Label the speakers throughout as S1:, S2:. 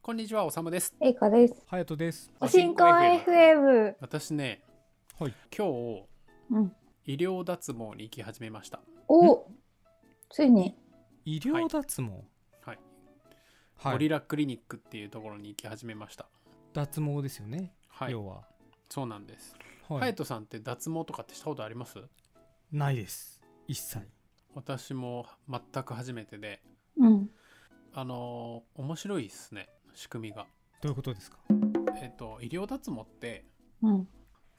S1: こんにちは、おさむです。
S2: えいかです。
S3: ハヤトです。
S2: おしんこ FM。
S1: 私ね、
S3: はい
S1: 今日、
S2: うん。
S1: 医療脱毛に行き始めました。
S2: お、ついに。
S3: 医療脱毛。
S1: はい。
S3: は
S1: ゴリ
S3: い。
S1: ラクリニックっていうところに行き始めました。
S3: 脱毛ですよね。
S1: はい。
S3: 要は。
S1: そうなんです。
S3: は
S1: ハヤ
S3: い。
S1: トさんって脱毛とかってしたことあります
S3: ないです。一切。
S1: 私も全く初めてで、
S2: うん。
S1: あのー面白いですね、仕組みが。
S3: どういうことですか。
S1: えっ、と、医療脱毛って、
S2: うん。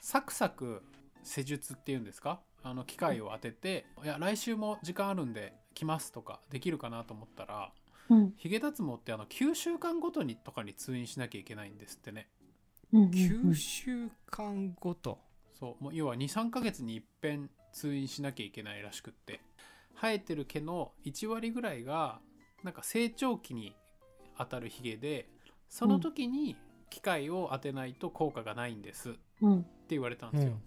S1: サクサク施術っていうんですかあの機械を当てて、いや、来週も時間あるんで来ますとかできるかなと思ったら、
S2: うん。
S1: ヒゲ脱毛ってあの9週間ごとにとかに通院しなきゃいけないんですってね。
S2: うん。
S3: 九週間ごと。
S1: そう、もう要は2、3ヶ月に一遍通院しなきゃいけないらしくって。生えてる毛の1割ぐらいが、なんか成長期に当たるヒゲで、その時に機械を当てないと効果がないんですって
S2: うん。
S1: 言われたん
S3: う
S1: ですよ
S3: ん。。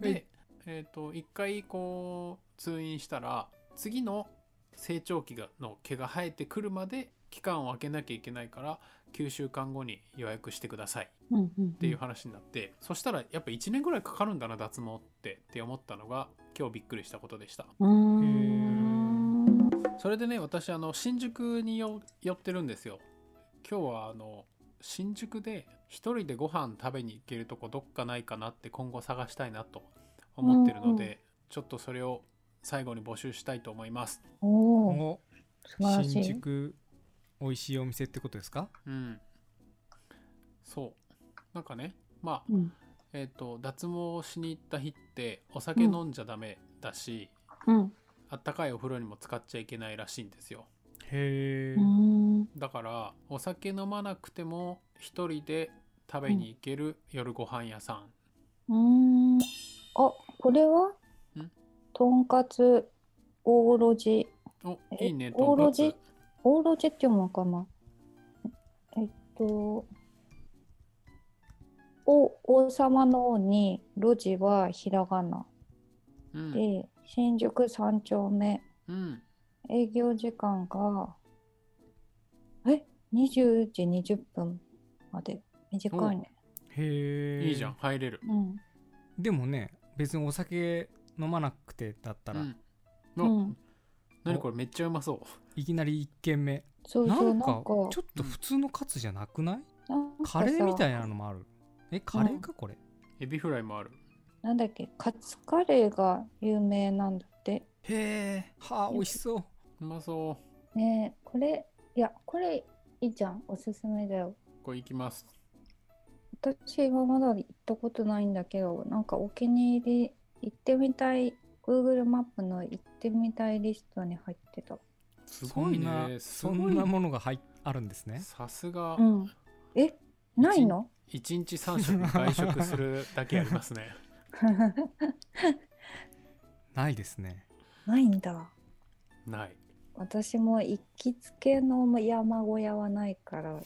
S1: で、えっ、と、1回こう通院したら、次の成長期がの毛が生えてくるまで期間を空けなきゃいけないから、9週間後に予約してください。
S2: うん。うん。
S1: っ
S2: っ
S1: ていう。話になって、そしたらやっぱ1年ぐらいかかるんだな脱毛ってって思ったのが今日びっくりしたことでした
S2: うーん。
S1: それでね私あの新宿によ寄ってるんですよ今日はあの新宿で一人でご飯食べに行けるとこどっかないかなって今後探したいなと思ってるので、ちょっとそれを最後に募集したいと思います
S2: おお。
S3: お。
S2: 素晴らし
S3: 新
S2: い。
S3: 宿。美味しいお店ってことですか。
S1: うんそうなんかねまあ
S2: うん。
S1: えっ、と脱毛しに行った日ってお酒飲んじゃダメだし、
S2: うん。
S1: あったかいお風呂にも使っちゃいけないらしいんですよ
S3: へえ
S2: う。ん。
S1: だからお酒飲まなくても一人で食べに行ける夜ご飯屋さん、
S2: うん。あ、これは。とんかつ。大ろじ。
S1: お
S2: え
S1: いいねと
S2: 大
S1: んか
S2: ろ
S1: つ
S2: じ。大ろじって読むのかな。えっと。お、王様の王に、路地はひらがな。
S1: うん、
S2: で、新宿三丁目、
S1: うん、
S2: 営業時間が、え ?20 時20分まで。短いね。
S3: へえ。
S1: いいじゃん。入れる、
S2: うん。
S3: でもね、別にお酒飲まなくてだった
S1: う
S3: ら、
S1: ん
S2: うん
S1: なにこれめっちゃうまそう
S3: いきなり一軒目。
S2: そう
S3: な
S2: そう、
S3: ん
S2: なんか
S3: か、ちょっと普通のカツじゃなくない？
S2: なんかさ
S3: カレーみたいなのもある。え、カレーかこれ。
S1: エビフライもある
S2: なんだっけ、カツカレーが有名なんだって。
S3: へえ。はあ、美味しそう。
S1: うまそ
S2: ねえこれ、いや、これいいじゃん。おすすめだよ。
S1: うこれ行きます
S2: 私はまだ行ったことないんだけど、なんかお気に入り、行ってみたい、Google マップの行ってみたいリストに入ってた。
S1: すごいねす
S3: そんな
S1: ご
S3: そん
S1: い
S3: なものが入っあるんですね
S1: さすが
S2: うん。え、ないの
S1: 一日三食外食するだけあります ね
S3: ないですね
S2: ないんだ
S1: ない
S2: 私も行きつけの山小屋はないから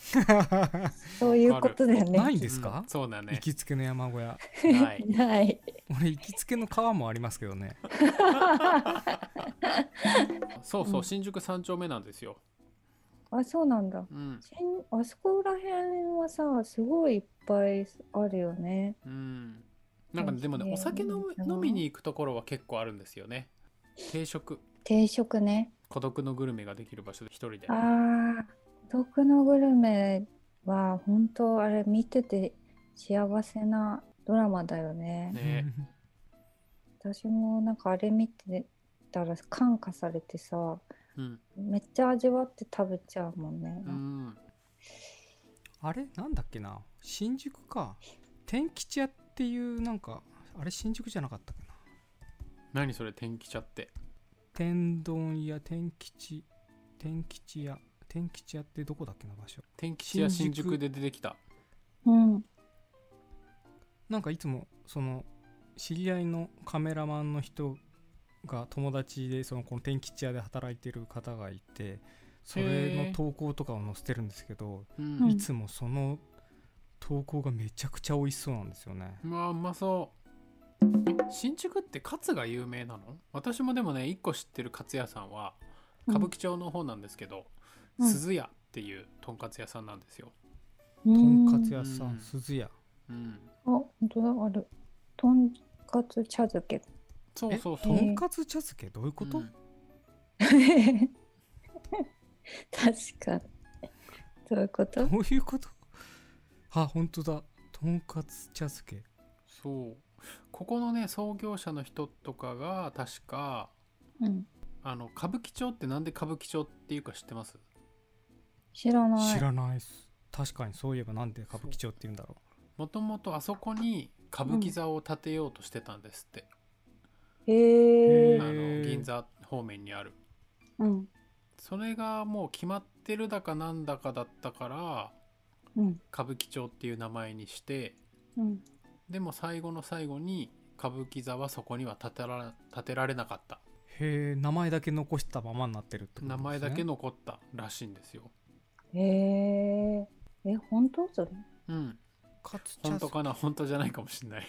S2: そういうことだよね
S3: ないんです
S1: う
S3: か
S1: ん、そうだね
S3: 行きつけの山小屋
S1: ない
S2: ない
S3: 俺行きつけの川もありますけどね
S1: そうそううん新宿三丁目なんですよ
S2: あそうなんだ
S1: うん
S2: しんあそこら辺はさすごいいっぱいあるよね
S1: うんなんかね
S2: そうですね
S1: でもねお酒飲む
S2: いいな
S1: 飲みに行くところは結構あるんですよね定食
S2: 定食ね
S1: 孤独のグルメができる場所で一人で
S2: あー孤独のグルメは本当あれ見てて幸せなドラマだよね
S1: ね
S2: 私もなんかあれ見てたら感化されてさ、
S1: うん、
S2: めっちゃ味わって食べちゃうもんね。
S1: うん、
S3: あれなんだっけな新宿か天吉屋っていうなんかあれ新宿じゃなかったっけな
S1: 何それ天気ちゃって
S3: 天丼屋天吉天吉屋天吉屋ってどこだっけな場所
S1: 天気や新
S3: 新宿
S1: 宿で出てきた
S2: うん。
S3: なんかいつもその知り合いのカメラマンの人が友達でそのこの天吉屋で働いてる方がいてそれの投稿とかを載せてるんですけど
S1: うん、
S2: うん
S3: いつもその投稿がめちゃくちゃ美味しそうなんですよね
S1: うわうまそうえ新宿ってカツが有名なの私もでもね一個知ってるカツ屋さんは歌舞伎町の方なんですけど、
S2: うん
S1: 鈴屋っっていうとんかつ屋さんなんですよ。
S2: と
S3: とんかつ屋さ
S1: うんん
S3: 鈴屋
S1: うん、
S2: あ、本当だ、ある。とんかつ茶漬け。
S1: そう
S3: え
S1: そう
S3: と
S1: そう。
S3: んかつ茶漬けどういうこと、
S1: うん
S2: 確かに。どういうこと
S3: どういうことあ本当だとんかつ茶漬け
S1: そうここのね創業者の人とかが確か
S2: うん。
S1: あの歌舞伎町ってなんで歌舞伎町っていうか知ってます
S2: 知らない。
S3: 知らないっす確かにそういえばなんで歌舞伎町って言うんだろ
S1: もともとあそこに歌舞伎座を建てようとしてたんですって、
S2: へ
S3: へ
S2: え
S1: あ
S3: へ
S1: の
S3: ー
S1: 銀座方面にある
S2: うん。
S1: それがもう決まってるだかなんだかだったから
S2: うん。
S1: 歌舞伎町っていう名前にして
S2: うん。
S1: でも最後の最後に歌舞伎座はそこには建てら建てられなかった
S3: うへえ名前だけ残したままになってるってことです、ね、
S1: 名前だけ残ったらしいんですよ。
S2: へえ。え、本当それ。
S1: うん、
S3: かつ茶
S1: 本当
S3: 漬け
S1: かな本当じゃないかもしれない。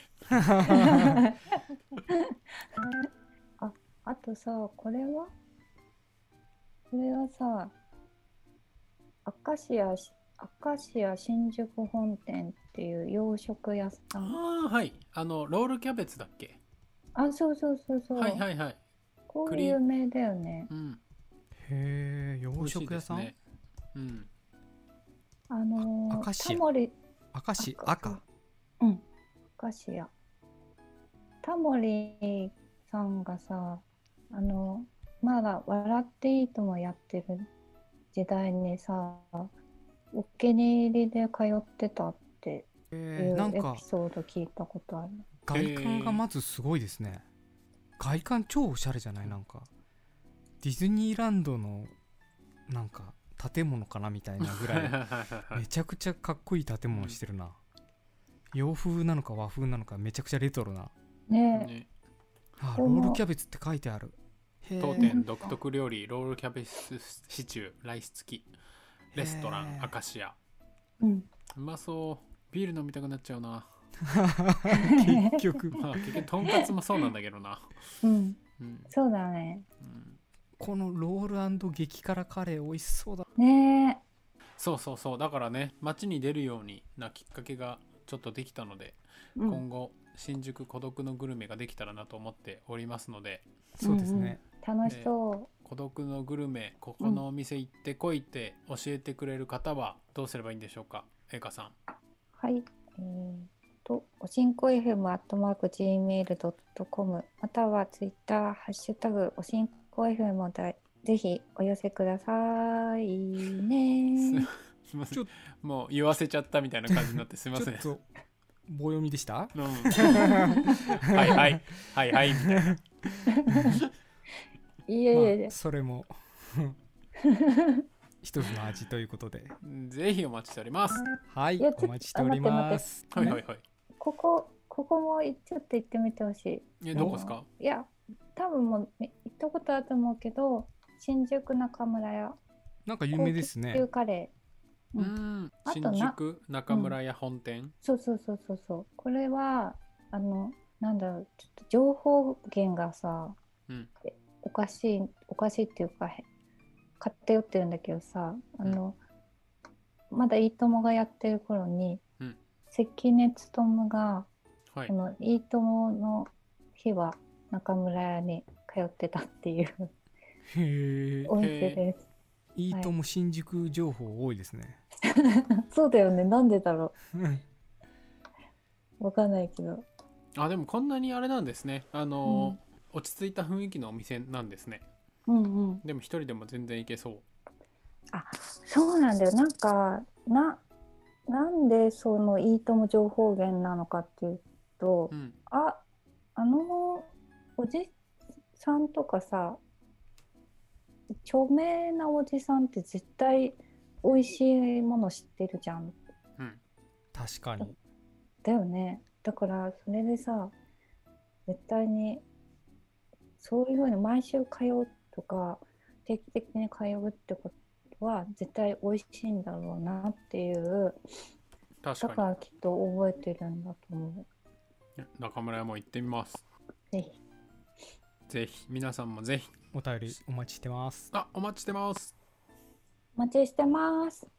S2: あ、あとさ、これはこれはさ、明石家、明石家新宿本店っていう洋食屋さん。
S1: ああはいあのロールキャベツだっけ
S2: あ、そうそうそうそう。
S1: はいはいはい、
S2: こ
S1: ク
S2: う
S1: リ
S2: 有名だよね。
S1: うん、
S3: へえ洋食屋さん、
S1: 美味しいですねうん
S2: あの
S3: あ明石
S2: ー、
S3: 家
S2: タモリ、
S3: 赤し
S2: 赤
S3: 赤
S2: うん、明石家。タモリさんがさ、あの、まだ笑っていいともやってる時代にさ、お気に入りで通ってたっていう
S3: へえなん
S2: エ
S3: か
S2: ピソード聞いたことある。
S3: 外観がまずすごいですね外観超おしゃれじゃないなんかディズニーランドのなんか建物かなみたいなぐらいめちゃくちゃかっこいい建物してるな、洋風なのか和風なのかめちゃくちゃレトロな
S2: ねえ、
S1: ね
S3: あ
S2: こ
S3: ロ
S2: こも
S3: ールキャベツって書いてあるへえ
S1: 当店独特料理ロールキャベツシチューライス付きレストラ
S3: へ
S1: ン
S3: ー
S1: アカシア
S2: うん。
S1: うまそうビール飲みたくなっちゃうな、
S3: 結局
S1: まあ、結局とんかつもそうなんだけどな、
S2: うん、
S1: うん
S2: そうだね。
S1: うん
S3: このロール激辛カレー美味しそうだ
S2: ねえ、
S1: そうそうそうだからね街に出るようになきっかけがちょっとできたので、
S2: うん
S1: 今後新宿孤独のグルメができたらなと思っておりますので
S3: そうですね、
S2: 楽しそう。
S1: 孤独のグルメここのお店行ってこいって教えてくれる方はどうすればいいんでしょうかえかさん
S2: はい。えー、と、おしんこ FM アットマーク Gmail.com またはツイッターハッシュタグおしんこ FM でぜひお寄せくださいね。
S1: すすいませ
S3: ちょ
S1: んもう言わせちゃったみたいな感じになってすいま
S3: ち
S1: せ
S3: ょ
S1: ん
S3: っと棒読みでした
S1: うんはいはいはいはいみたいない
S2: えいえい
S3: ま
S2: え
S3: あ、それ も一つの味ということで
S1: ぜひお待ちしております
S3: はい
S2: いやちょっと
S3: お待ちしております
S1: はいはいはい
S2: ここ、ここもいちょっと行ってみてほしい。
S1: えどこですか
S2: いや、多分もうね行ったことあると思うけど、新宿中村屋、
S3: なんか有名です
S2: 高級
S3: ね
S2: カレー。
S1: う
S2: うん
S1: ん
S2: あとな
S1: 新宿中村屋本店
S2: そうそうそうそうそう。これは、あの、なんだろう、ちょっと情報源がさ、
S1: うん
S2: おかしいおかしいっていうかへ偏ってるんだけどさあの、まだ「いいとも」がやってる頃に、
S1: うん
S2: 関根勤が
S1: はい
S2: この「いいとも」の日は中村屋に通ってたっていう
S3: へえ
S2: お店です。
S3: いいとも新宿情報多いで すね
S2: そうだよねなんでだろうわかんないけど。
S1: あでもこんなにあれなんですねあのー落ち着いた雰囲気のお店なんですね
S2: うんうん、
S1: でも一人でも全然行けそう
S2: そうなんだよなんかななんでその「いいとも」情報源なのかっていうと、
S1: うん
S2: あ、あのおじさんとかさ、著名なおじさんって絶対美味しいもの知ってるじゃん。
S1: うん
S3: 確かに
S2: だよね。だからそれでさ、絶対にそういうふうに毎週通うとか、定期的に通うってことは絶対美味しいんだろうなっていう、
S1: 確
S2: だ
S1: か
S2: からきっと覚えてるんだと思
S1: に中村屋も行ってみます
S2: う。ぜひ。
S1: ぜひ皆さんもぜひ
S3: お便りお待ちしてます
S1: あお待ちしてます
S2: お待ちしてます。